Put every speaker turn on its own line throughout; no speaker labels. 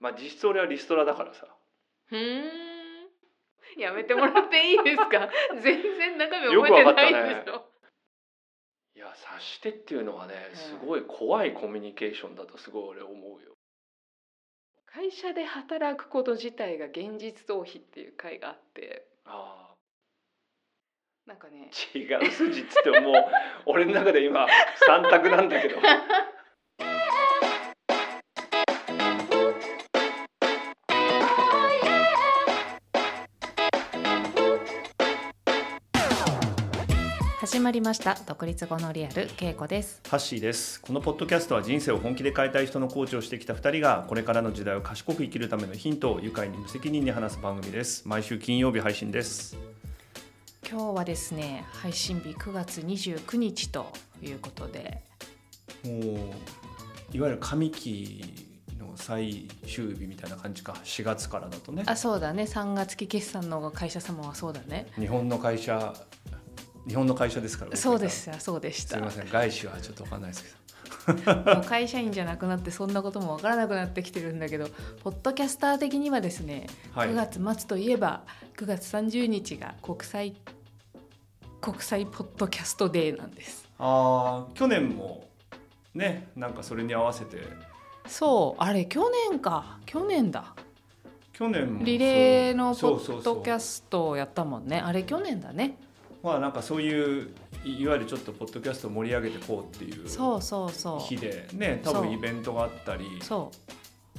まあ実質俺はリストラだからさ
ふーんやめてもらっていいです か全然中身
よく
覚え
わか
て
っ
な
たね
いでしょ、
いや察してっていうのはね
うん
すごい怖いコミュニケーションだとすごい俺思うよ
会社で働くこと自体が現実逃避っていう回があって
あ
なんかね
ー違う筋っつってももう俺の中で今 三択なんだけど
始まりました独立後のリアルけいこです
ハッシーですこのポッドキャストは人生を本気で変えたい人のコーチをしてきた2人がこれからの時代を賢く生きるためのヒントを愉快に無責任に話す番組です毎週金曜日配信です
今日はですね配信日9月29日ということで
もういわゆる上期の最終日みたいな感じか4月からだとね
あそうだね3月期決算の会社様はそうだね
日本の会社日本の会社ですから
そうですあそうでし
す
た
い
も
ません外資はちょっとわかんないですけど
う会社員じゃなくなってそんなこともわからなくなってきてるんだけどポッドキャスター的にはですね
はい
9月末といえば9月30日が国際国際ポッドキャストデーなんです
あー去年もねなんかそれに合わせて
そうあれ去年か去年だ
去年も
リレーのポ
そうそう
ッ
そう
ドキャストをやったもんねあれ去年だね
まあなんかそういういいわゆるちょっとポッドキャストを盛り上げてこうっていう
そうそうそ
日でね多
そう
分イベントがあったり
うそ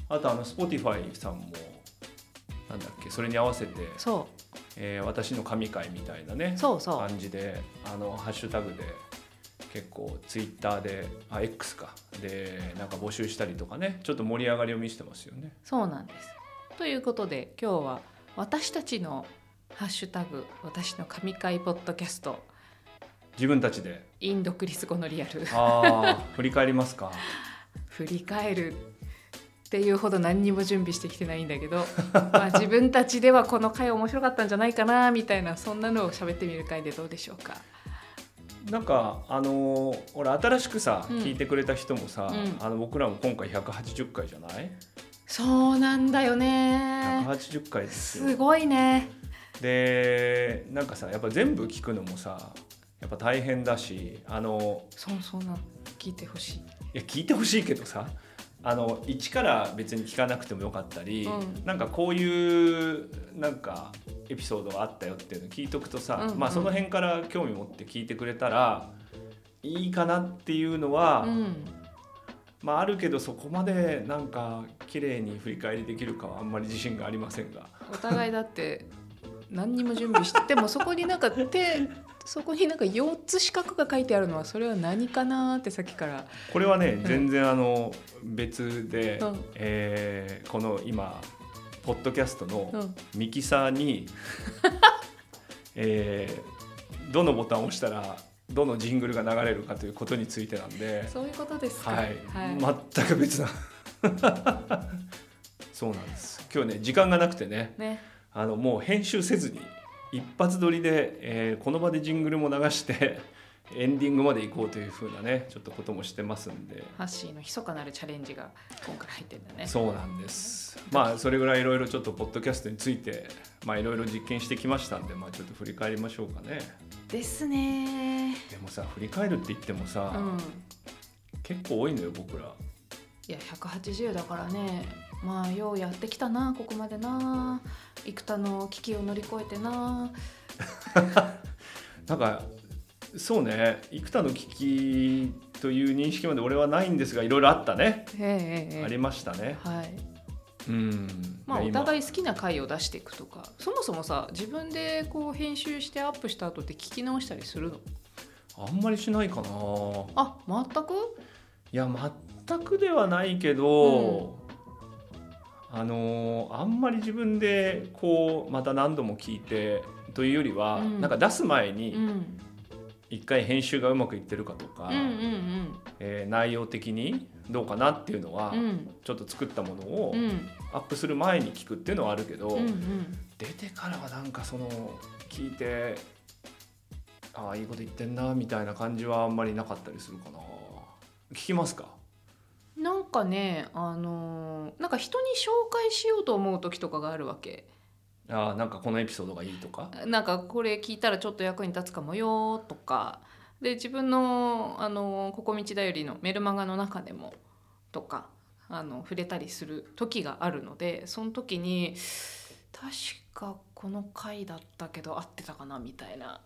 あとあの Spotify さんもなんだっけそれに合わせて
うそ
「えー私の神会」みたいなね
うそうそう
感じであのハッシュタグで結構 Twitter であ X かでなんか募集したりとかねちょっと盛り上がりを見せてますよね。
そうなんですということで今日は私たちのハッシュタグ私の神回ポッドキャスト
自分たちで
インドクリス語のリアル
あー 振り返りますか
振り返るっていうほど何にも準備してきてないんだけどまあ自分たちではこの回面白かったんじゃないかなみたいなそんなのを喋ってみる回でどうでしょうか
なんかあのー俺新しくさ、
うん
聞いてくれた人もさ、
うん
あの僕らも今回180回じゃない、
そうなんだよね
180回ですよ
すごいね
でなんかさやっぱ全部聞くのもさやっぱ大変だしあの
そうそうな聞いてほしい
いや聞いてほしいけどさあの一から別に聞かなくてもよかったり、
うん
なんかこういうなんかエピソードがあったよっていうの聞いとくとさ、
うんうん
まあ、その辺から興味持って聞いてくれたらいいかなっていうのは、
うん
まあ、あるけどそこまでなんか綺麗に振り返りできるかはあんまり自信がありませんが
お互いだって何にも準備してでもそこになんか手 そこになんか4つ四角が書いてあるのはそれは何かなってさっきから
これはね
ん
全然あの別で、
うん
えーこの今ポッドキャスト
う
の
ん
ミキサーに、 えーどのボタンを押したらどのジングルが流れるかということについてなんで、
そういうことですか
はい
はい
全く別な そうなんです今日ね時間がなくてね
ね
あのもう編集せずに一発撮りで、えーこの場でジングルも流してエンディングまで行こうというふうなねちょっとこともしてますんで
ハッシーの密かなるチャレンジが今回入ってんだね
そうなんですまあそれぐらいいろいろちょっとポッドキャストについてまあいろいろ実験してきましたんでまあちょっと振り返りましょうかね
ですね
でもさ振り返るって言ってもさ、
うん
結構多いのよ僕ら
いや180だからねまあようやってきたなここまでな幾多の危機を乗り越えてな
なんかそうね幾多の危機という認識まで俺はないんですがいろいろあったね、
ええええ
ありましたね
はい
うん
まあ、お
今
互い好きな回を出していくとかそもそもさ自分でこう編集してアップした後って聞き直したりするの
あんまりしないかな
あ全く
いや全くではないけど、あのーあんまり自分でこうまた何度も聞いてというよりは、
うん
なんか出す前
うんう
に
ん
一回編集がうまくいってるかとか、
うんうん
えー内容的にどうかなっていうのは、
うん
ちょっと作ったものを
うん
アップする前に聞くっていうのはあるけど、
うんうん
出てからはなんかその聞いてああいいこと言ってんなみたいな感じはあんまりなかったりするかな。聞きますか
なんかねあのーなんか人に紹介しようと思う時とかがあるわけ
ああなんかこのエピソードがいいとか
なんかこれ聞いたらちょっと役に立つかもよとかで自分の「あのーここ道だより」のメルマガの中でもとかあの触れたりする時があるのでその時に確かこの回だったけど合ってたかなみたいな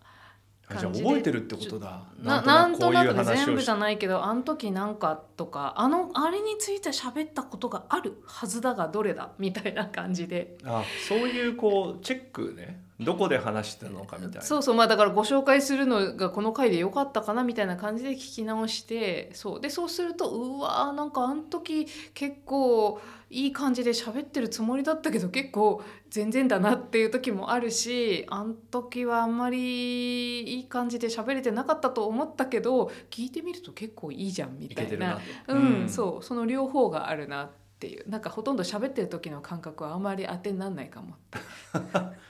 あじゃあ
感じで
覚えてるってことだ
ななんとなくね全部
し
じゃないけどあの時なんかとかあのあれについて喋ったことがあるはずだがどれだみたいな感じで
あそういうこうチェックねどこで話してたのかみたいな
そうそうまあだからご紹介するのがこの回で良かったかなみたいな感じで聞き直してそうでそうするとうわーなんかあの時結構いい感じで喋ってるつもりだったけど結構全然だなっていう時もあるしあの時はあんまりいい感じで喋れてなかったと思ったけど聞いてみると結構いいじゃんみ
い
た
けて
い
る
な
なと
うん、
うん
そうその両方があるなっていうなんかほとんど喋ってる時の感覚はあまり当てにならないかも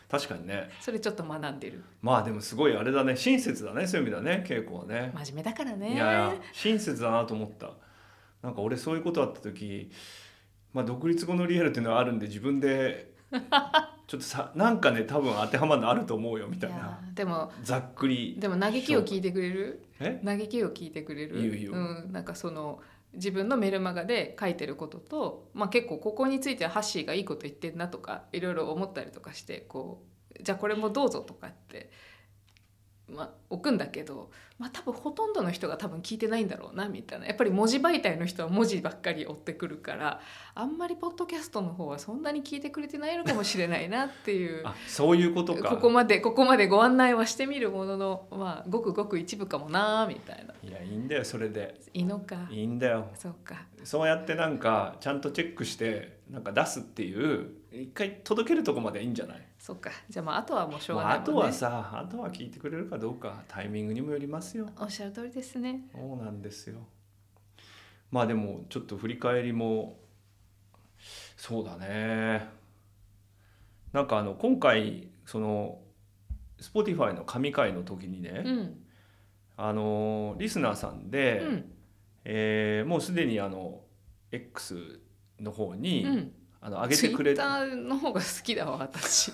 確かにね
それちょっと学んでる
まあでもすごいあれだね親切だねそういう意味だね稽古はね
真面目だからね
いやいや親切だなと思ったなんか俺そういうことあった時、まあ、独立後のリアルっていうのはあるんで自分 でちょっとさなんかね多分当てはまるのあると思うよみたい
いや
な
でも
ざっくり
でも嘆きを聞いてくれる
え
嘆きを聞いてくれる、
言う言うん
なんかその自分のメルマガで書いてることと、まあ、結構ここについてはハッシーがいいこと言ってんなとかいろいろ思ったりとかしてこうじゃあこれもどうぞとかって、まあ、置くんだけど、まあ、多分ほとんどの人が多分聞いてないんだろうなみたいなやっぱり文字媒体の人は文字ばっかり追ってくるからあんまりポッドキャストの方はそんなに聞いてくれてないのかもしれないなっていう。
あそういうことか
ここまでここまでご案内はしてみるもののまあごくごく一部かもなーみたいない
やいいんだよそれで
いいのか
いいんだよ
そうか
そうやってなんかちゃんとチェックしてなんか出すっていう一回届けるとこまでいいんじゃない
そうかじゃあまああとはもうしょう
もう
がない
あ
もん、ね、
とはさあとは聞いてくれるかどうかタイミングにもよりますよ
おっしゃる通りですね
そうなんですよまあでもちょっと振り返りもそうだねなんかあの今回その Spotify の神回の時にね、
うん
あのリスナーさん
う
で、
ん
えーもうすでにあの X の方に、
うん
あの上げてくれ
ツイッターの方が好きだわ 私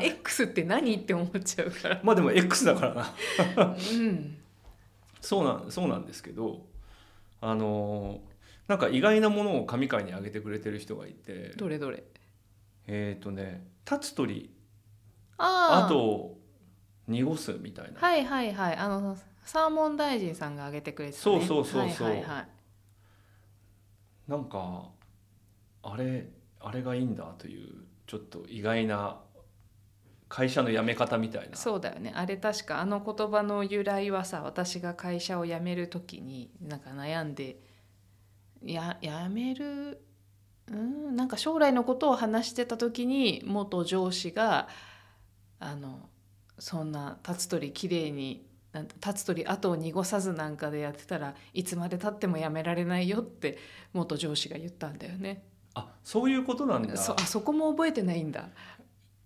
X って何って思っちゃうから
まあでも X だからな
うん
そうなんそうなんですけどあのなんか意外なものを神回に上げてくれてる人がいて
どれどれ
えっ、とね「立つ鳥」
あー
あと「濁す」みたいな、
はいはいはいあのサーモン大臣さんが挙げてくれてた、
そ
ね、
うそうそうそう
はいはいはい
なんかあれあれがいいんだというちょっと意外な会社の辞め方みたいな
そうだよねあれ確かあの言葉の由来はさ私が会社を辞める時になんか悩んでや辞めるうんなんか将来のことを話してた時に元上司があのそんな立つ鳥きれいになんて立つ鳥後を濁さずなんかでやってたらいつまでたっても辞められないよって元上司が言ったんだよね。
あそういうことなんだ
そあそこも覚えてないんだ。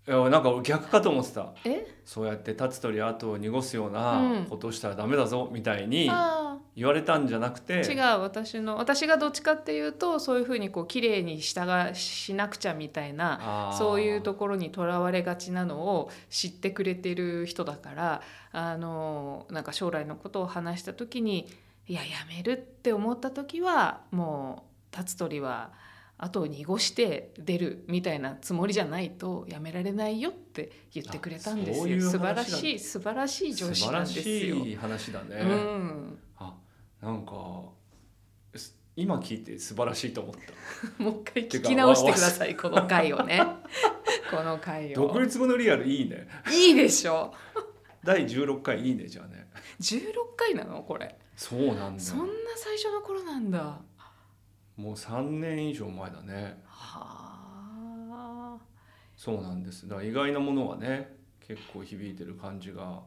いやなんか俺逆かと思ってた
え
そうやって立つ鳥後を濁すようなことをしたらダメだぞみたいに
ああ
言われたんじゃなくて、
違う私の私がどっちかっていうとそういうふうにこう綺麗に従しなくちゃみたいな
あー
そういうところにとらわれがちなのを知ってくれてる人だからあのなんか将来のことを話した時にいややめるって思った時はもう立つ鳥は後を濁して出るみたいなつもりじゃないとやめられないよって言ってくれたんですよ
あそういう話
素
な
晴
んだ
らしい素晴らしい上司
素晴
なん
ら
ですよ。
しい話だね、
うん、
あなんかす今聞いて素晴らしいと思った
もう一回聞き直してくださいこの回をね この回
独
を
立後のリアルいいね
いいでしょ
第16回いいねじゃあね
16回なのこれ、
そうなんだ
そんな最初の頃なんだは
もう3年以上前だね
あ
そうなんですだから意外なものはね結構響いてる感じが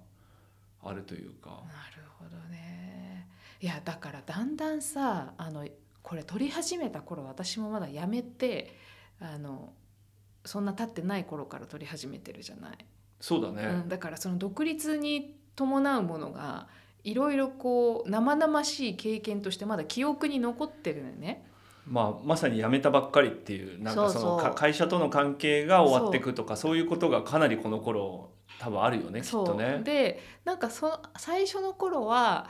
あるというか
なるほどねいやだからだんだんさあのこれ撮り始めた頃私もまだやめてあのそんな経ってない頃から撮り始めてるじゃない
そうだね、
うん、だからその独立に伴うものがいろいろこう生々しい経験としてまだ記憶に残ってるのよね。
まあ、まさに辞めたばっかりっていうなんかその
そうそう
か会社との関係が終わっていくとかそういうことがかなりこの頃多分あるよねきっ
そう
とね。
でなんかそ最初の頃は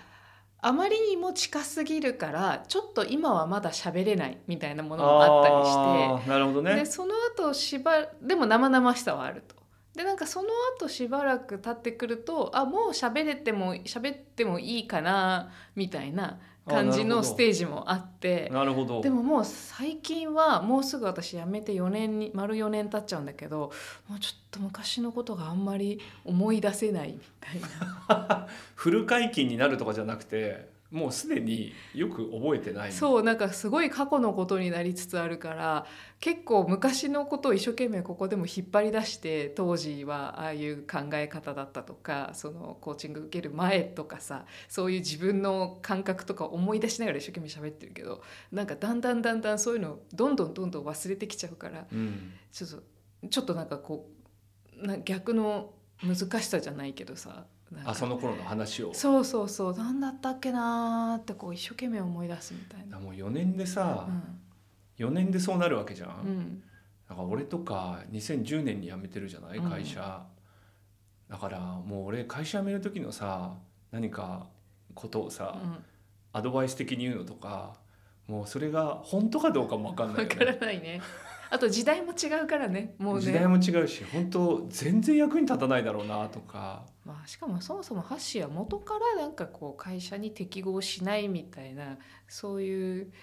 あまりにも近すぎるからちょっと今はまだ喋れないみたいなものもあったりして。
あーなるほどね
でその後しばでも生々しさはあると。でなんかその後しばらく経ってくるとあもう喋れても喋ってもいいかなみたいな感じのステージもあって
なるほど
でももう最近はもうすぐ私辞めて4年に丸4年経っちゃうんだけどもうちょっと昔のことがあんまり思い出せないみたいな
フル解禁になるとかじゃなくてもうすでによく覚えてない
そうなんかすごい過去のことになりつつあるから結構昔のことを一生懸命ここでも引っ張り出して当時はああいう考え方だったとかそのコーチング受ける前とかさそういう自分の感覚とか思い出しながら一生懸命喋ってるけどなんかだんだんだんだんそういうのどんどんどんどん忘れてきちゃうから
うん、
ちょっとちょっとなんかこうな逆の難しさじゃないけどさなんか
あその頃の話を
そうそうそう何だったっけなーってこう一生懸命思い出すみたいな。
もう4年でさ、
う
4年でそうなるわけじゃん、
んうん
なんか俺とか2010年に辞めてるじゃない
うん
会社、だからもう俺会社辞める時のさ何かことをさ、
う
アドバイス的に言うのとかもうそれが本当かどうかも分かん
ん、
ない
わ
よ
から
ね
ないね。あと時代も違うからね、もう
時代
ね。
も違うし本当全然役に立たないだろうなとか
まあしかもそもそもハッシーは元からなんかこう会社に適合しないみたいなそういう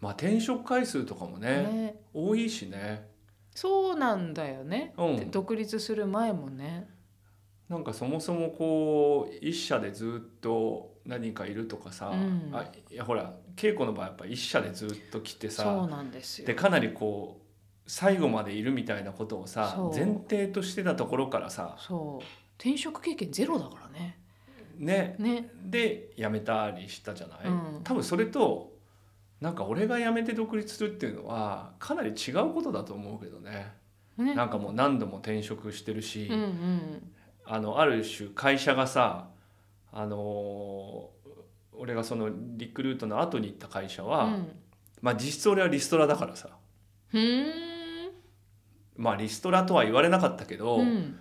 まあ転職回数とかもね
ね、
多いしね
そうなんだよね。
うん
で独立する前もね。
なんかそもそもこう一社でずっと何人かいるとかさ、
うん
あいやほら稽古の場合やっぱ一社でずっと来てさ
そうなんですよ。
でかなりこう最後までいるみたいなことをさ
そう
前提としてたところからさ
そう転職経験ゼロだからね。
ね
ね、
で辞めたりしたじゃない、
うん
多分それとなんか俺が辞めて独立するっていうのはかなり違うことだと思うけどね
ね。
なんかもう何度も転職してるし、
うんうん。
あのある種会社がさあのー俺がそのリクルートの後に行った会社は、
うん
まあ実質俺はリストラだからさ
ふーん。
まあリストラとは言われなかったけど、
うん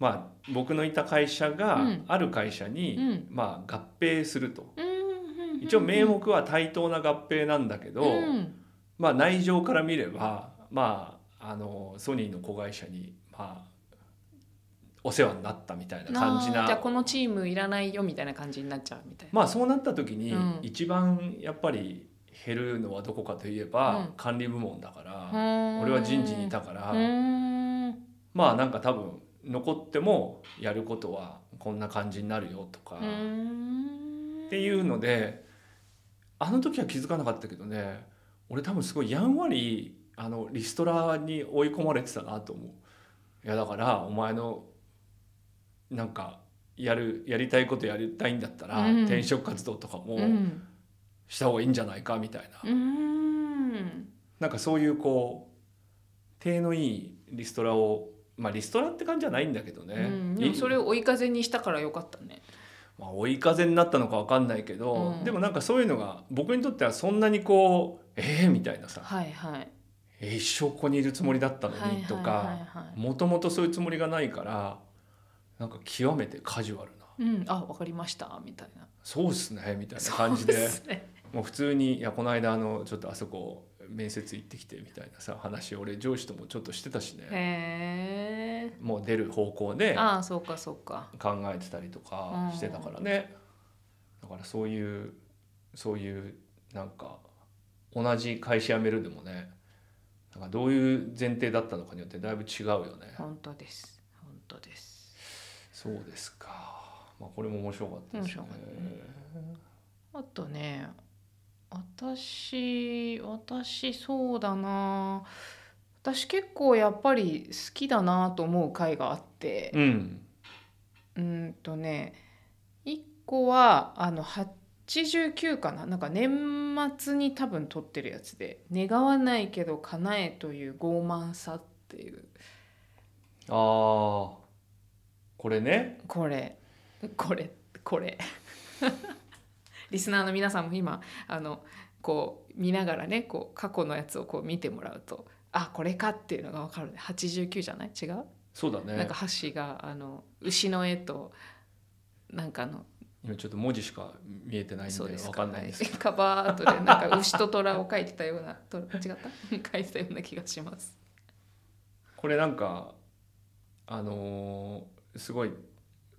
まあ、僕のいた会社
う
が
ん
ある会社に、
うん
まあ、合併すると
うんうんうん
一応名目は対等な合併なんだけど、
うん
まあ、内情から見れば、まあ、あのソニーの子会社に、まあ、お世話になったみたいな感じ
あー
な
じゃあこのチームいらないよみたいな感じになっちゃうみたいな。
まあ、そうなった時に
うん
一番やっぱり減るのはどこかといえば、
うん
管理部門だから、
俺
俺は人事にいたから、
うん
まあなんか多分残ってもやることはこんな感じになるよとか。
うん
っていうのであの時は気づかなかったけどね俺多分すごいやんわりあのリストラに追い込まれてたなと思ういやだからお前のなんかやるやりたいことやりたいんだったら、
うん
転職活動とかも
うん
した方がいいんじゃないかみたいな、
うん
なんかそういうこう体のいいリストラをまあリストラって感じじゃないんだけどね、
うんでもそれを追い風にしたからよかったね。
まあ、追い風になったのか分かんないけど、
うん
でもなんかそういうのが僕にとってはそんなにこうええみたいなさ、
はいはい。
え一生ここにいるつもりだったのにと
はいはい
か
はいは。
もともとそういうつもりがないからなんか極めてカジュアルない
うんあわかりましたみたいな
「そうっすね」みたいな感じで
そうすね
もう普通に「いやこの間あのちょっとあそこ面接行ってきて」みたいなさ話俺上司ともちょっとしてたしね
へえ。
もう出る方向で
ああそうかそうか。
考えてたりとかしてたからね、だからそういうそういうなんか同じ会社辞めるでもねなんかどういう前提だったのかによってだいぶ違うよね。
本当です本当です。
そうですか。まあこれも面白かったですね
面白かったあとね私私そうだな私結構やっぱり好きだなと思う回があって
うん。
うーんとね1個はあの89かななんか年末に多分撮ってるやつで「願わないけど叶え」という傲慢さっていう
ああー、これね。
これこれこれリスナーの皆さんも今あのこう見ながらねこう過去のやつをこう見てもらうとあこれかっていうのが分かるね89じゃない違う、
そうだね
なんかハッシーがあの牛の絵となんかの
今ちょっと文字しか見えてないんで
そうです
わかんないんですけど
はい カバーアートでなんか牛と虎を描いてたようなと違った 描いてたような気がします。
これなんかあのーすごい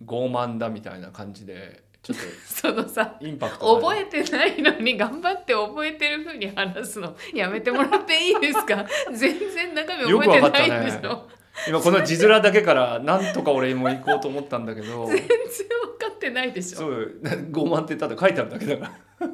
傲慢だみたいな感じでちょっ
そのさ
とインパクトがあ
覚
る
えてないのに頑張って覚えてる風に話すのやめてもらっていいです か全然中身覚えてないんでし
よくわ
ょ、
今この字面だけからなんとか俺も行こうと思ったんだけ ど
全然分かってないでし
そ
ょ
う傲慢ってただ書いてあるだけだから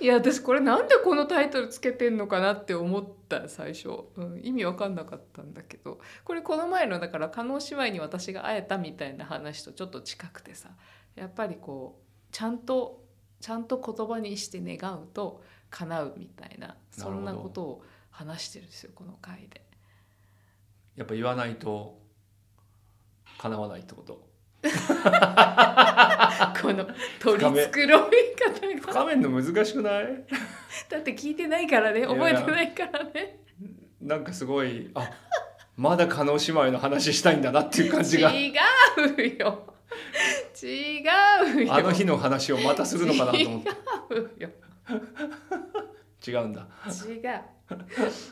いや私これなんでこのタイトルつけてんのかなって思った最初、うん、意味わかんなかったんだけどこれこの前のだから加納姉妹に私が会えたみたいな話とちょっと近くてさやっぱりこうちゃんとちゃんと言葉にして願うと叶うみたいなそんな
なるほど
ことを話してるんですよこの回で。
やっぱ言わないと叶わないってこと
この取り繕い方が
深めんの難しくない
だって聞いてないからね
や
覚えてないからね
なんかすごいあまだ叶姉妹の話したいんだなっていう感じ が
違うよ違うよ
あの日の話をまたするのかなと思って
違うよ
違うんだ
違う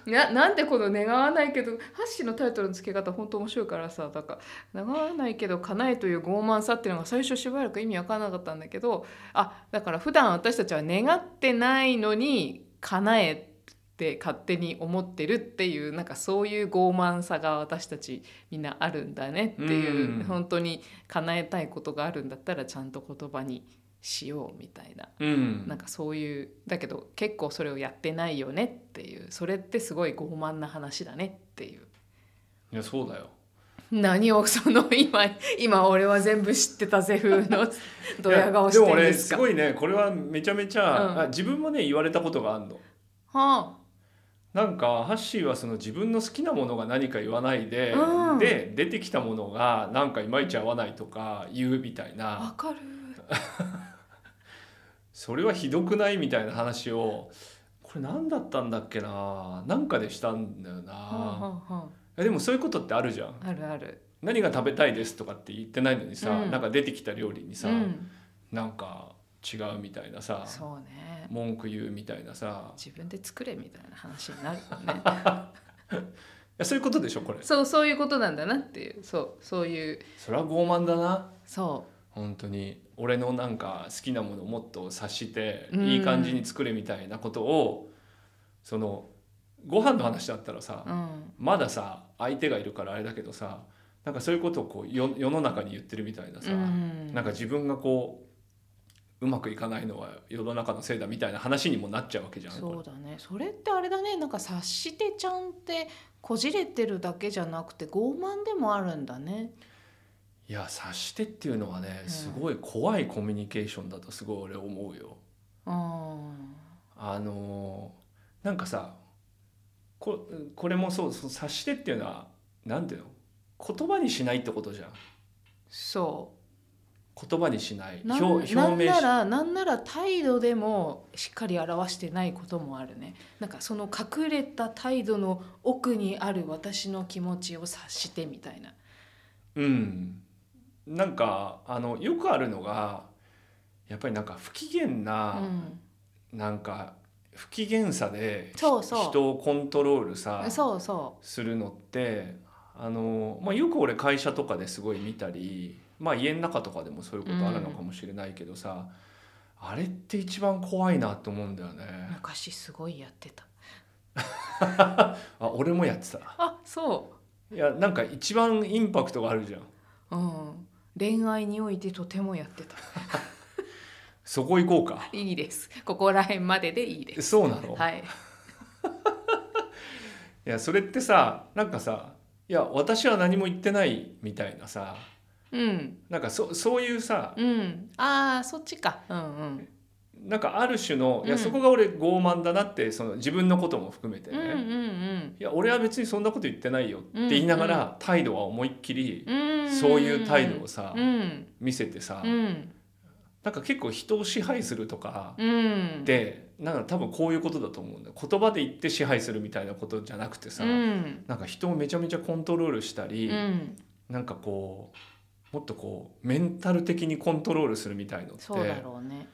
ななんでこの「願わないけど」ハッシーのタイトルの付け方本当面白いからさだから「願わないけど叶え」という傲慢さっていうのが最初しばらく意味わからなかったんだけどあだから普段私たちは願ってないのに叶えって勝手に思ってるっていうなんかそういう傲慢さが私たちみんなあるんだねっていう、
うん
本当に叶えたいことがあるんだったらちゃんと言葉にしようみたいな。
うん
なんかそういうだけど結構それをやってないよねっていうそれってすごい傲慢な話だねっていう
いやそうだよ
何をその今 今俺は全部知ってたぜ風 のドヤ顔し
い
て
や
る
でも
んで
俺
す
す
か
ごいねこれはめちゃめちゃ、
うん
あ自分もね言われたことがあるの
は
なんかハッシーはその自分の好きなものが何か言わないで、
うん
で出てきたものがなんかいまいち合わないとか言うみたい
あわ
な
かる
それはひどくないみたいな話をこれ何だったんだっけななんかでしたんだよな、
はあはあは
えでもそういうことってあるじゃん
ああるある
何が食べたいですとかって言ってないのにさ、
うん
なんか出てきた料理にさ、
うん
なんか違うみたいなさ
そうね
文句言うみたいなさ
自分で作れみたいな話になるよね
いやそういうことでしょこれ
そうそういうことなんだなっていうそうそういう
それは傲慢だな
そ
本当に俺のなんか好きなものをもっと察して
うん
いい感じに作れみたいなことを、そのご飯の話だったらさ、
ううん
まださ相手がいるからあれだけどさなんかそういうことをこうよ世の中に言ってるみたいなさ、
うん
なんか自分がこううまくいかないのは世の中のせいだみたいな話にもなっちゃうわけじゃんこれ
そうだねそれってあれだねなんか察してちゃんってこじれてるだけじゃなくて傲慢でもあるんだね
いや察してっていうのはね、
うん
すごい怖いコミュニケーションだとすごい俺思うよ。
あ
あのーなんかさここれもそうそう察してっていうのはなんていうの言葉にしないってことじゃん
そ
言葉にしないう
なん
表
な
表
ん
明
な
し
らなんなら態度でもしっかり表してないこともあるねなんかその隠れた態度の奥にある私の気持ちを察してみたいな
うんなんかあのよくあるのがやっぱりなんか不機嫌
う
な、
ん
なんか不機嫌さで
そうそう
人をコントロールさ
そうそ
するのってあの、まあ、よく俺会社とかですごい見たり、まあ、家の中とかでもそういうことあるのかもしれないけどさ、あれって一番怖いなと思うんだよね
う昔すごいやってた
あ俺もやってた
あそう
いやなんか一番インパクトがあるじゃん
うん恋愛においてとてもやってた
そこ行こうか
いいです。ここら辺まででいいです。
そうなの、い、
はい。
やそれってさなんかさいや私は何も言ってないみたいなさ
うん。
なんかそそういうさ
うん。ああ、そっちか。うんうん。
なんかある種のいや
うん
そこが俺傲慢だなってその自分のことも含めて
うん
ね、
うん
いや俺は別にそんなこと言ってないよって言いながら、
うん
態度は思いっきり
うん。
そういう態度をさ
うん。
見せてさ、
うん。
なんか結構人を支配するとか
うん、
で、なんか多分こういうことだと思うんだよ言葉で言って支配するみたいなことじゃなくてさ、
うん
なんか人をめちゃめちゃコントロールした
う
り、
ん、
なんかこうもっとこうメンタル的にコントロールするみたいのっ
そうだ
て
ろうね。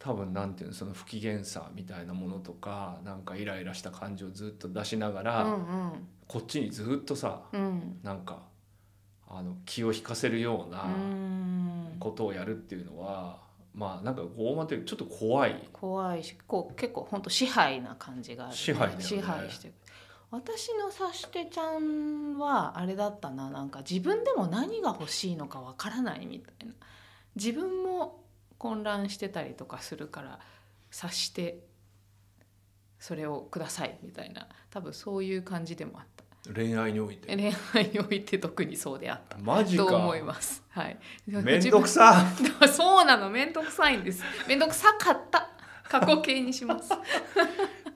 多分なんていうのその不機嫌さみたいなものとかなんかイライラした感情をずっと出しなが
う
ら、
ん
こっちにずっとさ
うんうん
なんかあの気を引かせるよう
う
な
ーん
ことをやるっていうのは、まあなんか傲慢というかちょっと怖い
怖いしこう結構本当支配な感じがある、
支配だよね
支配してくる私のさしてちゃんはあれだったななんか自分でも何が欲しいのかわからないみたいな自分も混乱してたりとかするから察してそれをくださいみたいな多分そういう感じでもあった
恋愛において。
恋愛において特にそうであった
マジ
と
か
思います。はい。
めんどくさ
自分。そうなの、めんどくさいんです。めんどくさかった。過去形にします。は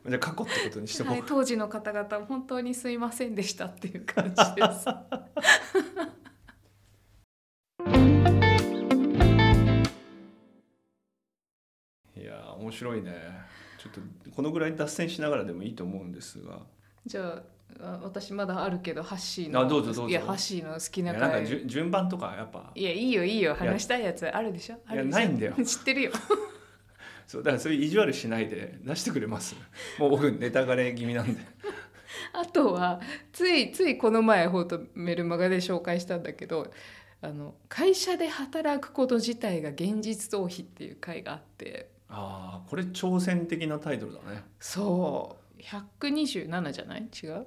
じゃあ過去ってことにしてこう、
い、当時の方々、本当にすいませんでしたっていう感じです。
い、やー面白いねちょっとこのぐらい脱線しながらでもいいと思うんですが
じゃあ、あ私まだあるけど、ハッシー
あ
の。
どうぞどうぞ
いや、ハッシーの好き
いや
な
なんか
回。
じゅ順番とかやっぱ
いや、いいよ、いいよ、
いや
話したいやつあるでしょあるでしょ
ないんだよ
知ってるよ。
そうだからそういう意地悪しないで出してくれますもう僕ネタがれ気味 なんで
あとはついついこの前ほんとメルマガで紹介したんだけどあの会社で働くこと自体が現実逃避っていう回があって
ああこれ挑戦的なタイトルだね
そう127じゃない違う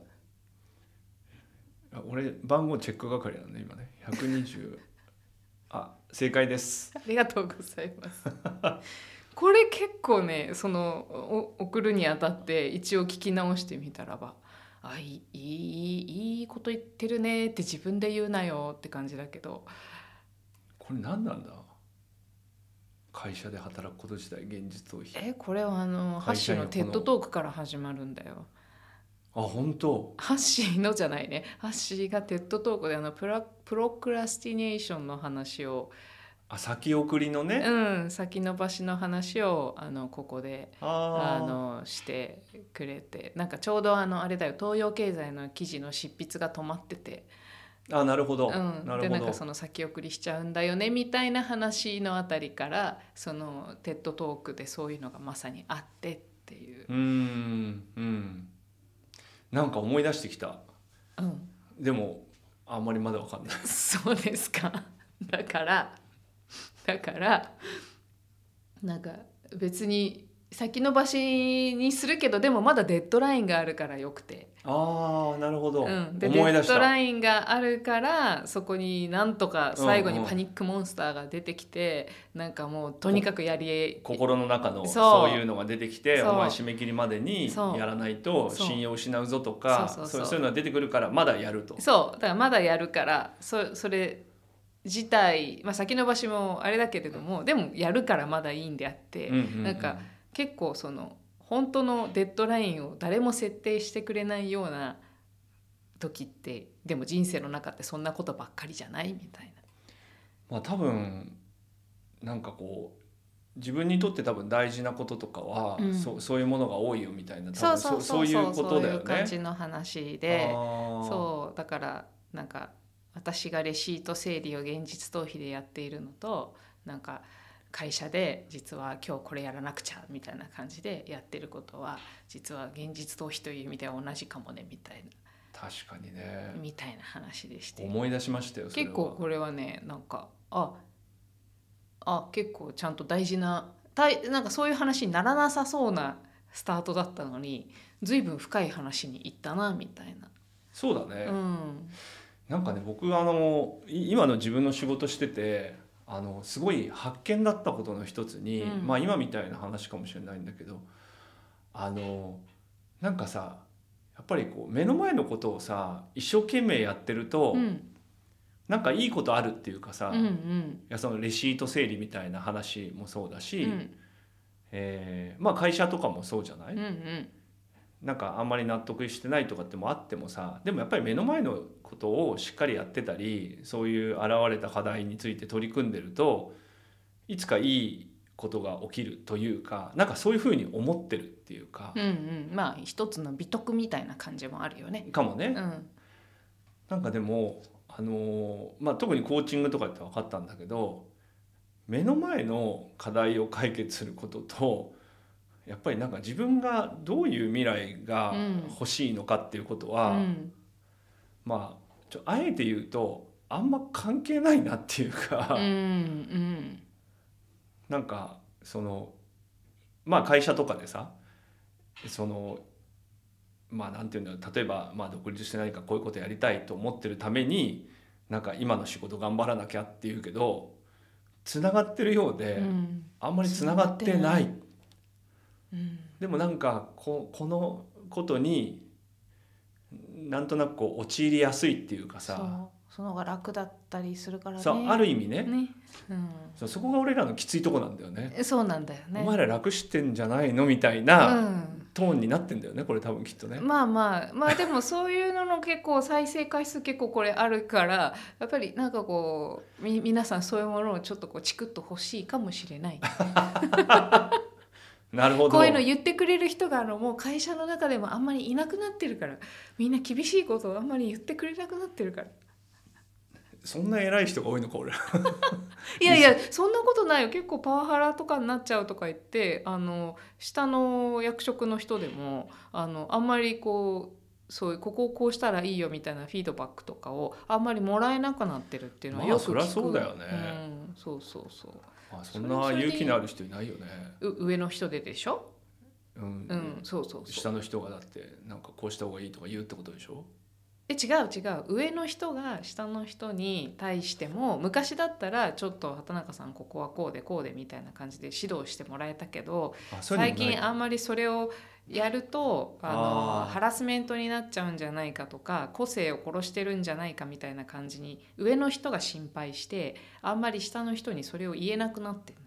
あ俺番号チェック係なんで今ね120あ正解です
ありがとうございますこれ結構ねそのお送るにあたって一応聞き直してみたらばあいいいいいいこと言ってるねって自分で言うなよって感じだけど
これ何なんだ会社で働くこと自体現実逃避
えこれはあのハッシーのテッドトークから始まるんだよ。
あ本当
ハッシーのじゃないねハッシーがテッドトークであのプラプロクラスティネーションの話を、
あ先送りのね
うん、先延ばしの話をあのここで
あ
あのしてくれてなんかちょうどあのあれだよ東洋経済の記事の執筆が止まってて、
ああなるほど、
うん、
なる
で
ほ
なん
ど
かその先送りしちゃうんだよねみたいな話のあたりからそのテッドトークでそういうのがまさにあってっていう。
うーんうんなんか思い出してきた
うん、
でもあんまりまだわかんない
そうですか。 だから、だから、なんか別に先延ばしにするけど、でもまだデッドラインがあるからよくて。
ああなるほど、
うん、で、デ
思い出
ッ
し
ド
た
ラインがあるから、そこになんとか最後にパニックモンスターが出てきて、なんかもうとにかくやり、
心の中の
そう
そういうのが出てきて
そう
お前締め切りまでに
そう
やらないと
そう
信用失うぞとか
そ
そうう
そうそう
そういうのが出てくるからまだやると
そう、だからまだやるから、そそれ、自体、まあ、先延ばしもあれだけれどもでもやるからまだいいんであって、
うんうんうん
なんか結構その本当のデッドラインを誰も設定してくれないような時ってでも人生の中ってそんなことばっかりじゃないみたい
まあ多分なんかこう自分にとって多分大事なこととかは、
うん
そうそういうものが多いよみたいな
な
多分そうそういうことだよ
そういう感
ね。
じの話
あ
で
ー
そうだからなんか私がレシート整理を現実逃避でやっているのとなんか会社で実は今日これやらなくちゃみたいな感じでやってることは実は現実逃避という意味では同じかもねみたい
確かに
な
ね
みたいな話でして
思い出しましたよそれは
結構これはねなんかああ結構ちゃんと大事なたいなんかそういう話にならなさそうなスタートだったのに随分深い話に行ったなみたいな。
そうだね、
うん
なんかね僕あのい今の自分の仕事しててあのすごい発見だったことの一つに、
うん
まあ今みたいな話かもしれないんだけどあのなんかさやっぱりこう目の前のことをさ一生懸命やってると、
うん
なんかいいことあるっていうかさ、
うんう
い
ん
やそのレシート整理みたいな話もそうだ
うんう
し、
ん
えーまあ会社とかもそうじゃない、
うん
なんかあんまり納得してないとかってもあってもさでもやっぱり目の前のことをしっかりやってたりそういう現れた課題について取り組んでるといつかいいことが起きるというかなんかそういうふうに思ってるっていうか
う、んうん、まあ一つの美徳みたいな感じもあるよね。
かもね、
うん
なんかでも、あのーまあ、特にコーチングとかって分かったんだけど目の前の課題を解決することとやっぱりなんか自分がどういう未来が欲しいのかっていうこと
う
は、
ん
まあちょあえて言うとあんま関係ないなっていうか、
うんうん
なんかそのまあ会社とかでさそのまあなんていうんだろう例えば、まあ、独立して何かこういうことやりたいと思ってるためになんか今の仕事頑張らなきゃっていうけどつながってるようで、
うん
あんまりつながってない
うん
でもなんかここのことになんとなくこう陥りやすいっていうか
そ
さ
うその方が楽だったりするからね。
さある意味ね
ね、
そうそこが俺らのきついとこなんだよね。
うん、そうなんだよね。
お前ら楽してんじゃないのみたいな、
うん
トーンになってんだよねこれ多分きっとね。
まあまあまあでもそういうのの結構再生回数結構これあるからやっぱりなんかこうみ皆さんそういうものをちょっとこうチクッと欲しいかもしれない
なるほど。
こういうの言ってくれる人があのもう会社の中でもあんまりいなくなってるからみんな厳しいことをあんまり言ってくれなくなってるから
そんな偉い人が多いのか俺ら。
いやいやそんなことないよ結構パワハラとかになっちゃうとか言ってあの下の役職の人でもあのあんまりこうそういうここをこうしたらいいよみたいなフィードバックとかをあんまりもらえなくなってるっていうのは
まあ
よく聞く、
そりゃそうだよね
うん、そうそうそ
あそんな勇気のある人いないよね。
うう上の人ででしょ
うん。
うんそうそうそう
下の人がだってなんかこうした方がいいとか言うってことでしょ。
え違う違う上の人が下の人に対しても昔だったらちょっと畑中さんここはこうでこうでみたいな感じで指導してもらえたけど
あそういう
最
のもない
近あんまりそれをやるとあの
あー
ハラスメントになっちゃうんじゃないかとか個性を殺してるんじゃないかみたいな感じに上の人が心配してあんまり下の人にそれを言えなくなってる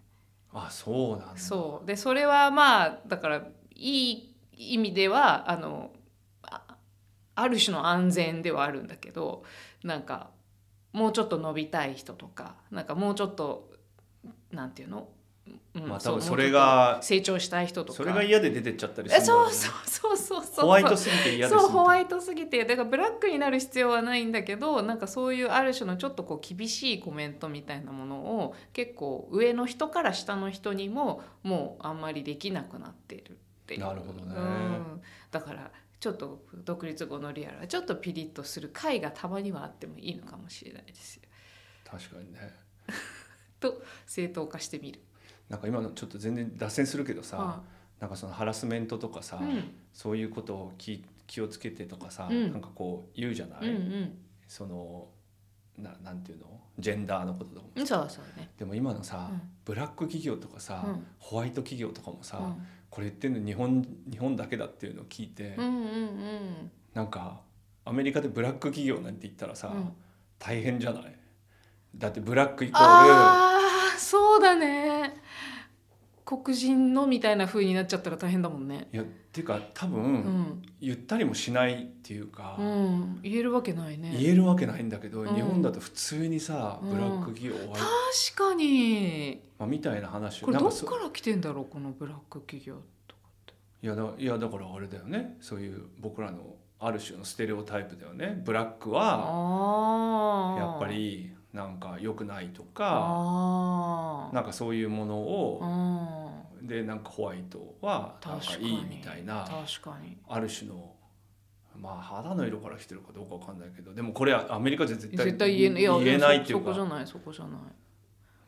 あそうなんだ。
そうでそれはまあだからいい意味ではあのあある種の安全ではあるんだけどなんかもうちょっと伸びたい人とかなんかもうちょっとなんていうの、うん
まあ
そう
多分それが
もうちょっと成長したい人とか
それが嫌で出てっちゃったりす
え
るんだろ
そう
ね
そうそうそうそう
ホワイトすぎて嫌ですみたいな。
そうホワイトすぎてだからブラックになる必要はないんだけどなんかそういうある種のちょっとこう厳しいコメントみたいなものを結構上の人から下の人にももうあんまりできなくなってるっていう
なるほどね
うん、だからちょっと独立後のリアルはちょっとピリッとする回がたまにはあってもいいのかもしれないですよ
確かにね。
正当化してみる
なんか今のちょっと全然脱線するけどさ、
は
なんかそのハラスメントとかさ、
いうん
そういうことを気気をつけてとかさ、
うん
なんかこう言うじゃない。
うん
そのななんていうのジェンダーのこととかも
うんそうそうね
でも今のさ、
うん
ブラック企業とかさ、
うん
ホワイト企業とかもさ、
うん
これ言ってるの日本日本だけだっていうのを聞いて、
うんうんうん
なんかアメリカでブラック企業なんて言ったらさ、
うん
大変じゃないだってブラックイコール
ああそうだね黒人のみたいな風になっちゃったら大変だもんね
いやっていうか多分、
うん、
言ったりもしないっていうか、
うん、言えるわけないね
言えるわけないんだけど、
うん
日本だと普通にさブラック企業、ホワイト
確かに
まあ、みたいな話を
これ
なん
ど
か
っ
そ
から来てんだろうこのブラック企業とかって
いやだいやだからあれだよねそういう僕らのある種のステレオタイプだよねブラックは
ああ
やっぱりなんか良くないとか
あ
なんかそういうもの
あう
を
ん
でなんかホワイトはなんかいいみたいな
確かに
ある種のまあ肌の色から来てるかどうかわかんないけどでもこれはアメリカじゃ絶対
絶対言えないいや
言えないっていう
そこじゃ
か
ないそこじゃない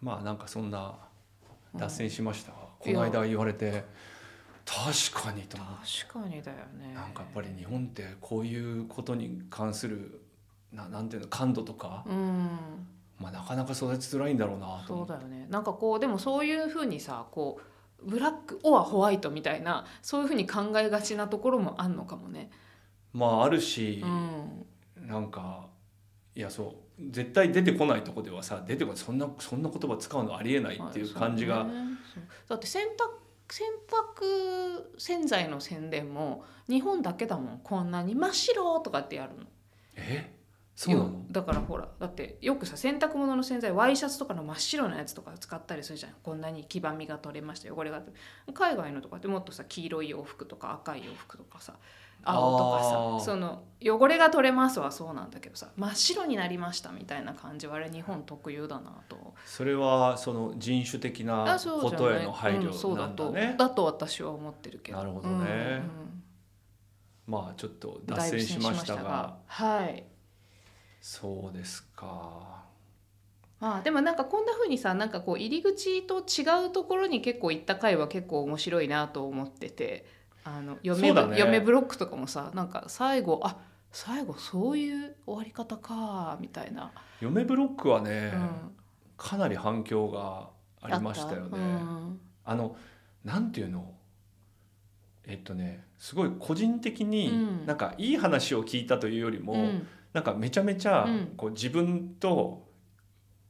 まあなんかそんな脱線しましたがこ
いや
の間言われて確かにと思って。
確かにだよね
なんかやっぱり日本ってこういうことに関するななんていうの感度とか、
うん
まあ、なかなか育ちづらいんだろうなと
そ
思
う
って
だよねなんかこうでもそういうふうにさこうブラックオアホワイトみたいなそういうふうに考えがちなところもあんのかもね。
まああるし
う、ん、
なんかいやそう絶対出てこないとこではさ出てこないそんなそんな言葉使うのありえないっていう感じが、
そうねそうだって洗濯洗濯洗剤の宣伝も日本だけだもんこんなに真っ白とかってやるの。
えそうなの
だからほらだってよくさ洗濯物の洗剤ワイシャツとかの真っ白なやつとか使ったりするじゃんこんなに黄ばみが取れました汚れが海外のとかってもっとさ黄色い洋服とか赤い洋服とかさ青と
あ
か
ー
さその汚れが取れますはそうなんだけどさ真っ白になりましたみたいな感じはあれ日本特有だなと
それはその人種的な
あそう
こ
じゃ
と
ない
への配
うん
慮
そう
な
だ
ん
と
だね。
だと私は思ってるけど
なるほどねまあちょっと
だ
脱
いぶ
線しましたが
はい
そうですか。
まあでもなんかこんな風にさなんかこう入り口と違うところに結構行った回は結構面白いなと思っててあの嫁,、
そうだね
嫁ブロックとかもさなんか最後あ最後そういう終わり方かみたいな、
嫁ブロックはね、
うん
かなり反響がありましたよ
あった
ね。
うん
あのなんていうのえっとねすごい個人的に、
うん
なんかいい話を聞いたというよりも、
うん
なんかめちゃめちゃ、
うん
こう自分と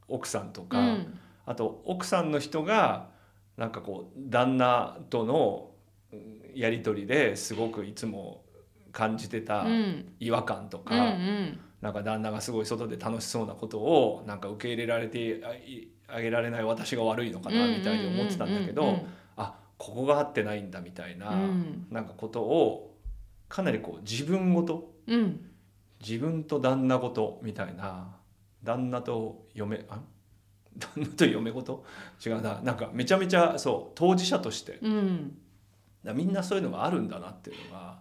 奥さんとか、
うん
あと奥さんの人がなんかこう旦那とのうんやり取りですごくいつも感じてた
うん
違和感と
うんう
か、
ん
なんか旦那がすごい外で楽しそうなことをなんか受け入れられてあいあげられない私が悪いのかなみたいに思ってたんだけど、
うんうん
あここが合ってないんだみたいな、
うん
なんかことをかなりこう自分ごと
うんうん
自分と旦那ごとみたいな旦那と嫁あ旦那と嫁ごと違うななんかめちゃめちゃそう当事者としてだか
うん
らみんなそういうのがあるんだなっていうのが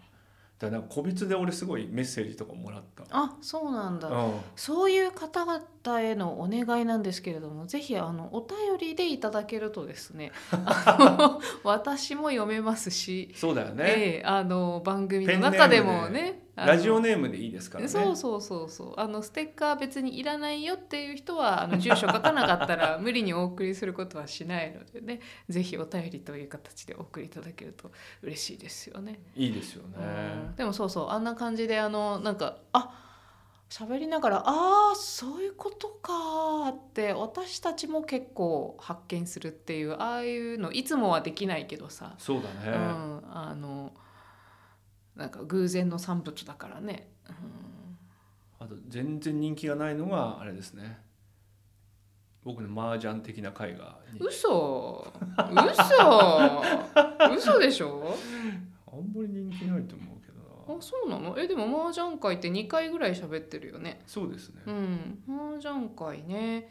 だからなんか個別で俺すごいメッセージとかもらった。
あそうなんだ
うん
そういう方々へのお願いなんですけれどもぜひあのお便りでいただけるとです ねあの私も読めますし、
そうだよね、
ええあの番組の中でも
ペンネーム
ねあの
ラジオネームでいいですからね。
そうそうそうそうあのステッカー別にいらないよっていう人はあの住所書かなかったら 無理にお送りすることはしないのでねぜひお便りという形でお送りいただけると嬉しいですよね。
いいですよね。
うんでもそうそうあんな感じであのなんかあ喋りながらあーそういうことかーって私たちも結構発見するっていうああいうのいつもはできないけどさ、
そうだ
う
ね。
ん、あのなんか偶然の産物だからね、うん
あと全然人気がないのがあれですね。僕の麻雀的な絵画に
嘘嘘嘘でしょ
あんまり人気ないと思うけど
あ
な。
そうなのえでも麻雀会って2回ぐらい喋ってるよね
そうですね。
うん麻雀会ね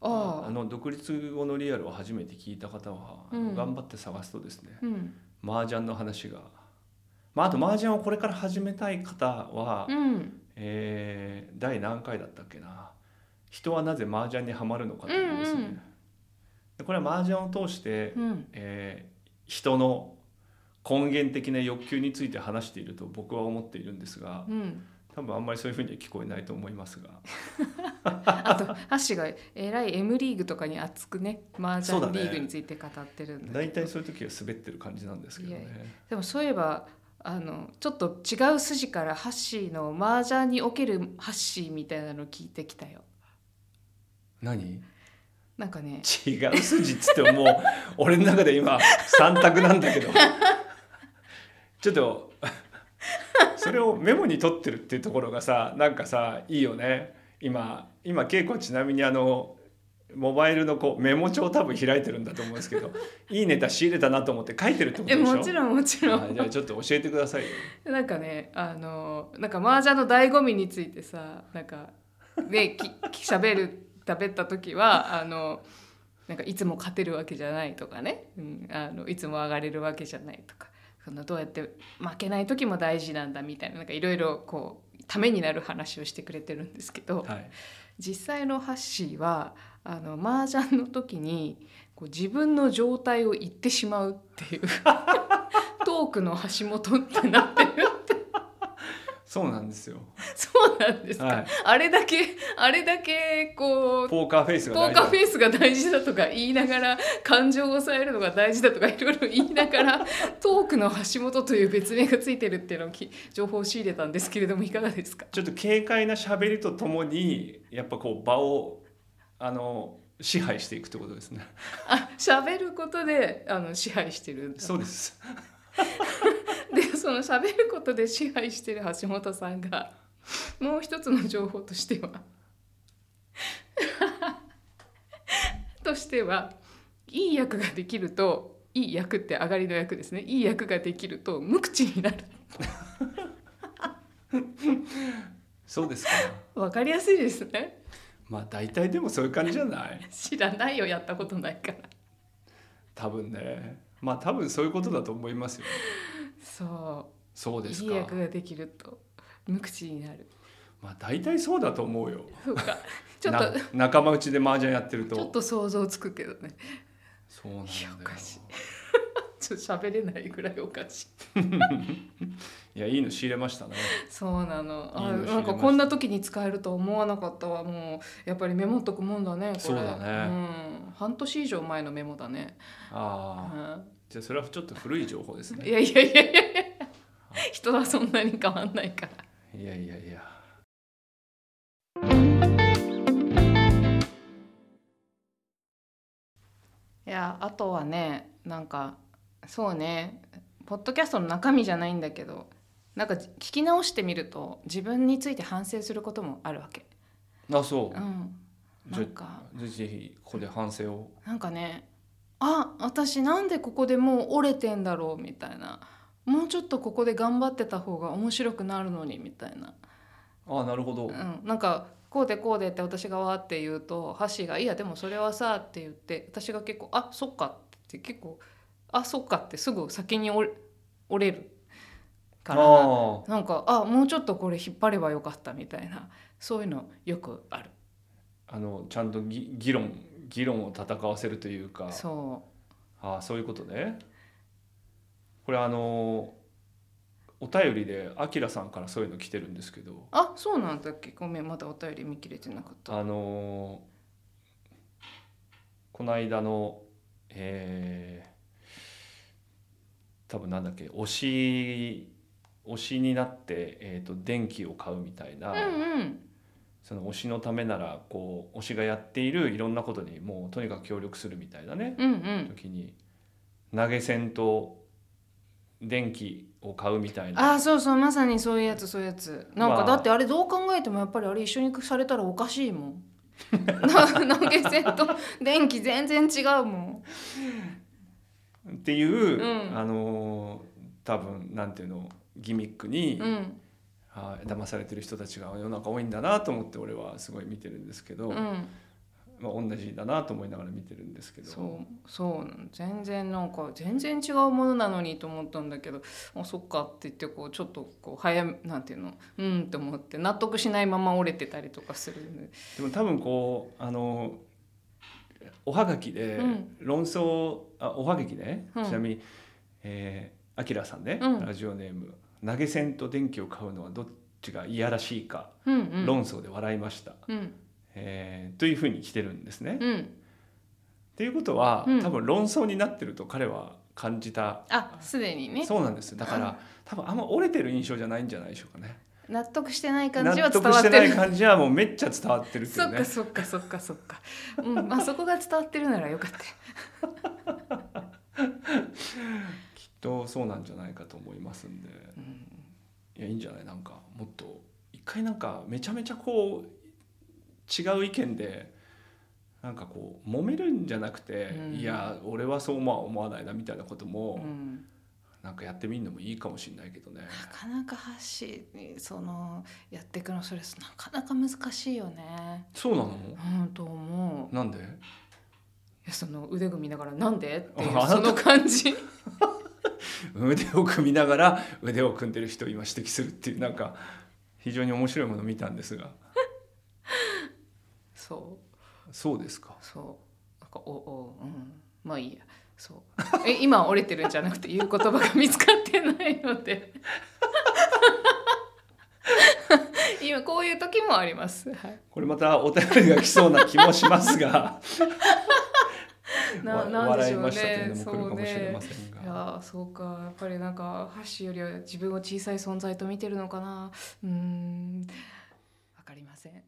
あ
あ
あ
の独立後のリアルを初めて聞いた方は、あの
うん
頑張って探すとですね
うん、
麻雀の話が、まあ、あと麻雀をこれから始めたい方は、
うん、
えー第何回だったっけな人はなぜ麻雀にはまるのかというですね、
うんうん
でこれは麻雀を通して、
うん、
えー人の根源的な欲求について話していると僕は思っているんですが
うん、
多分あんまりそういうふうには聞こえないと思いますが
あとハッシュがえらい M リーグとかに熱くね麻
そう
雀
だね
リーグについて語ってるんだけど
大体そういう時は滑ってる感じなんですけどね
いやでもそういえばあのちょっと違う筋からハッシーの麻雀におけるハッシーみたいなの聞いてきたよ
何
なんかね
違う筋っつってももう俺の中で今三択なんだけどちょっとそれをメモに取ってるっていうところがさなんかさいいよね今今稽古ちなみにあのモバイルのこうメモ帳多分開いてるんだと思うんですけどいいネタ仕入れたなと思って書いてるってこと
え
でしょ
もちろんもちろ
はいじゃあ
ん
ちょっと教えてくださいよ
なんかねあのなんか麻雀の醍醐味についてさなんかねきき喋る食べた時はあのなんかいつも勝てるわけじゃないとかね、うん、あのいつも上がれるわけじゃないとかそのどうやって負けない時も大事なんだみたいななんかいろいろこうためになる話をしてくれてるんですけど、
はい
実際のハッシーはあの麻雀の時にこう自分の状態を言ってしまうっ ていうトークの橋本ってなってる
そうなんですよ
そうなんですか、
はい
あれだけあれだけこう
ポーカーフェイスが
ポ
大事
ー
だ
カーフェイスが大事だとか言いながら感情を抑えるのが大事だとかいろいろ言いなが らトークの橋本という別名がついてるっていうのをき情報を仕入れたんですけれどもいかがですか
ちょっと軽快な喋りとともにやっぱこう場をあの支配していくってことですね。
あ喋ることであの支配してるんだ
そうです。
でその喋ることで支配してる橋本さんがもう一つの情報としては としてはいい役ができるといい役って上がりの役ですねいい役ができると無口になる
そうですか
わかりやすいですね
まあ大体でもそういう感じじゃない
知らないよやったことないから
多分ねまあ多分そういうことだと思いますよ
そ
そう
う
です
いい
か
役ができると無口になる
まあ大体そうだと思うよ
そうか ちょっ
な
と
仲間内で麻雀やってると
ちょっと想像つくけどね
そうなんだ
いや
よ
おかしいちょっと喋れないぐらいおかしい
いやいいの仕入れましたね
そうなのあ
いいの知りました
なんかこんな時に使えるとは思わなかったわもうやっぱりメモっとくもんだねこれ
そうだね、
うん、半年以上前のメモだね、う
ああ
ん、
じゃあそれはちょっと古い情報です
い
ね
やいやいやいやいや人はそんなに変わんないから
いやいやいや
いやあとはねなんかそうねポッドキャストの中身じゃないんだけどなんか聞き直してみると自分について反省することもあるわけ、、
あそううんじゃ
なんか
あぜひここで反省を
なんかねあ私なんでここでもう折れてんだろうみたいなもうちょっとここで頑張ってた方が面白くなるのにみたいな、
ああなるほど、
うん、なんかこうでこうでって私がわーって言うとハッシーが「いやでもそれはさ」って言って私が結構「あそっか」って結構「あそっか」ってすぐ先に折れ折れる
あ
から
あ
なんか「あもうちょっとこれ引っ張ればよかった」みたいなそういうのよくある。
あのちゃんとぎ議論議論を戦わせるというか
そう
ああそういうことねこれあのお便りであきらさんからそういうの来てるんですけど
あそうなんだっけごめんまだお便り見切れてなかった。
あのこの間のえー多分なんだっけ推し推しになって、えー、と電気を買うみたいな、
うんうん
その推しのためならこう推しがやっているいろんなことにもうとにかく協力するみたいなね
うんうん。
時に投げ銭と電気を買うみたいな
あーそうそうまさにそういうやつそういうやつなん
まあ
かだってあれどう考えてもやっぱりあれ一緒にされたらおかしいも んな投げ銭と電気全然違うもん
っていう、
うん
あのー多分なんていうのギミックに、
うん
あー騙されてる人たちが世の中多いんだなと思って俺はすごい見てるんですけど、
うん
まあ、同じだなと思いながら見てるんですけど
そうそうなの全然なんか全然違うものなのにと思ったんだけどあそっかって言ってこうちょっとこう早めなんていうのうんと思って納得しないまま折れてたりとかするんで
でも多分こうあのおはがきで
うん
論争、あおはがきね、
うん
ちなみにえーあきらさんね、
うん
ラジオネーム投げ銭と電気を買うのはどっちがいやらしいか、
うんうん
論争で笑いました、
うん
えーというふうに来てるんですね。っ
うん
ていうことは、
うん
多分論争になってると彼は感じた
あすでにね
そうなんですだから多分あんま折れてる印象じゃないんじゃないでしょうかね。
納得してない感
納
じは伝
得
わっ
してて
る
ない感じはもうめっちゃ伝わってるってい
そうっ
ね
か。そっかそっかそっか。うん、まあそこが伝わってるならよかったよ。
きっとそうなんじゃないかと思いますんで。
うん、
いやいいんじゃないなんかもっと一回なんかめちゃめちゃこう違う意見でなんかこう揉めるんじゃなくて、
うん
いや俺はそうまあ思わないなみたいなことも、
うん
なんかやってみるのもいいかもしれないけどね。
なかなかハッシーにそのやっていくのそれなかなか難しいよね。
そうなの
うんと思う。い
なんで
やその腕組みながらなんでっていう
あ
その感じ。
腕を組みながら腕を組んでる人を今指摘するっていうなんか非常に面白いものを見たんですが
そう
そうですか
そうなんかおおううんまあいいや。 そうえ今折れてるんじゃなくて言う言葉が見つかってないの で今こういう時もあります。はい
これまたお便りが来そうな気もしますが
な
わ
なんで
笑
し
い
ょうね
ましたというのも来るかもしれません
い
が。
やーそうかやっぱりなんかハッシーよりは自分を小さい存在と見てるのかなうーんわかりません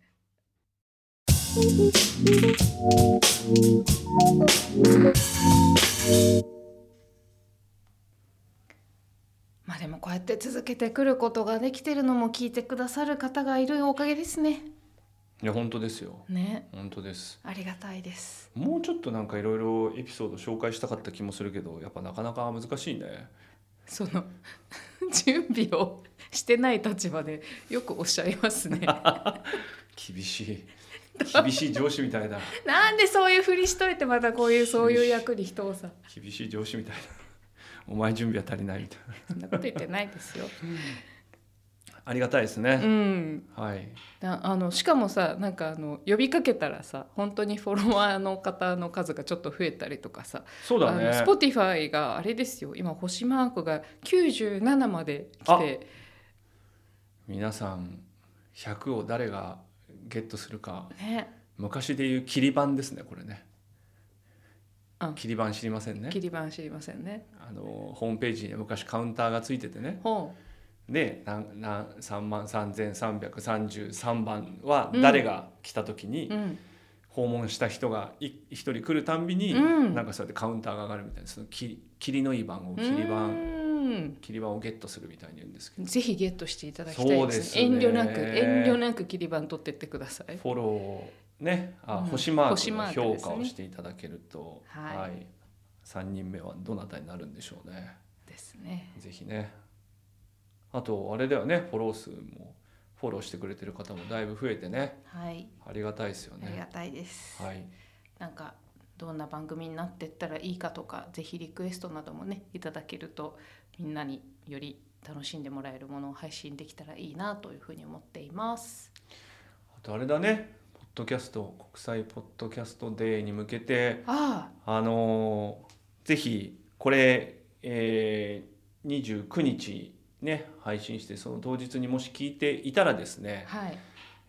まあでもここうやって続けてくることができてるのも聞いてくださる方がいるおかげですね。
いや本当ですよ
ね
本当です
ありがたいです。
もうちょっとなんかいろいろエピソード紹介したかった気もするけどやっぱなかなか難しいね
その 準備をしてない立場でよくおっしゃいま すね。
厳し い厳しい上司みたいだ
なんでそういうふりしといてまたこういうそういう役に人をさ
厳しい上司みたいだお前準備は足りないみたい
そんなこと言ってないですよ。
なありがたいです
う
ね、
ん
はい
なあのしかもさなんかあの呼びかけたらさ本当にフォロワーの方の数がちょっと増えたりとかさ、
そうだ
あの
ね
Spotify があれですよ今星マークが97まで来て
皆さん100を誰がゲットするか
ね
昔でいう切り板ですねこれね
あ
切り板知りませんね
切り板知りませんね。
あのホームページに昔カウンターがついててね
ほ
でなんなん3万3333番は誰が来た時に
う、うん、
訪問した人がい一人来るたんびに、
うん
なんかそうやってカウンターが上がるみたいなそのき霧のいい番を切り
う
番
ん
切り番をゲットするみたいに言うんですけど
ぜひゲットしていただきたいです,、ね
そうですね
遠慮なく遠慮なく切り板取ってってください。
フォローをねあ、
うん
星マ
星マ
ー
ー
ク
ク
の評
です
価
ね
をしていただけると、
はい
3人目はどなたになるんでしょうね
ですね。
ぜひねあとあれだよねフォロー数もフォローしてくれてる方もだいぶ増えてね
はい、
ありがたいですよ
ありが
ね。
たいです。
はい、
なんかどんな番組になってったらいいかとかぜひリクエストなどもねいただけるとみんなにより楽しんでもらえるものを配信できたらいいなというふうに思っています。
あとあれだねポッドキャスト国際ポッドキャストデーに向けて
あ
あのーぜひこれ、えー29日ね配信してその当日にもし聞いていたらです
あ
ね、
はい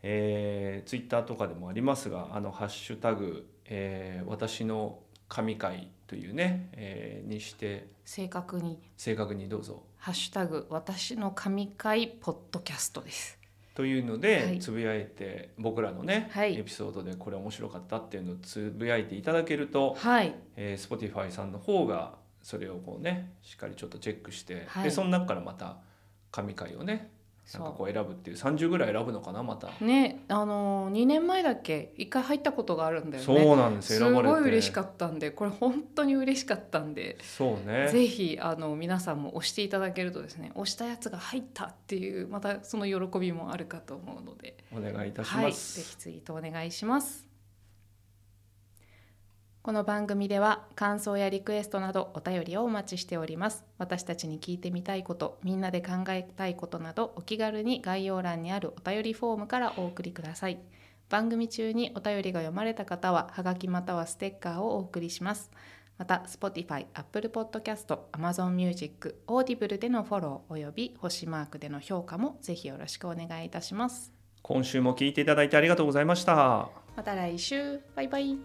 えー、ツイッターとかでもありますが「あのハッシュタグ、えー私の神回」というね、えーにして
正確に
正確にどうぞ
ハッシュタグ私の神回ポッドキャストです。
というの
は
で
い
つぶやいて僕らのね、
はい
エピソードでこれ面白かったっていうのをつぶやいていただけると
はい
えー、Spotify さんの方がそれをこうねしっかりちょっとチェックして、
はい
でその中からまた神回をねなんか
そ
こう選ぶっていう30ぐらい選ぶのかなまた、
うねあのー、2年前だっけ一回入ったことがあるんだよね。
そうなんです
す
よ選ばれ
ご
て
い嬉しかったんでこれ本当に嬉しかったんで
そうね
ぜひあの皆さんも押していただけるとですね押したやつが入ったっていうまたその喜びもあるかと思うので
お願いいたし
は
ま
い、ぜ
す
ひ、ツイートお願いしますこの番組では感想やリクエストなどお便りをお待ちしております私たちに聞いてみたいことみんなで考えたいことなどお気軽に概要欄にあるお便りフォームからお送りください番組中にお便りが読まれた方ははがきまたはステッカーをお送りしますまた Spotify、Apple Podcast、Amazon Music、Audible でのフォローおよび星マークでの評価もぜひよろしくお願いいたします
今週も聞いていただいてありがとうございました
また来週バイバイ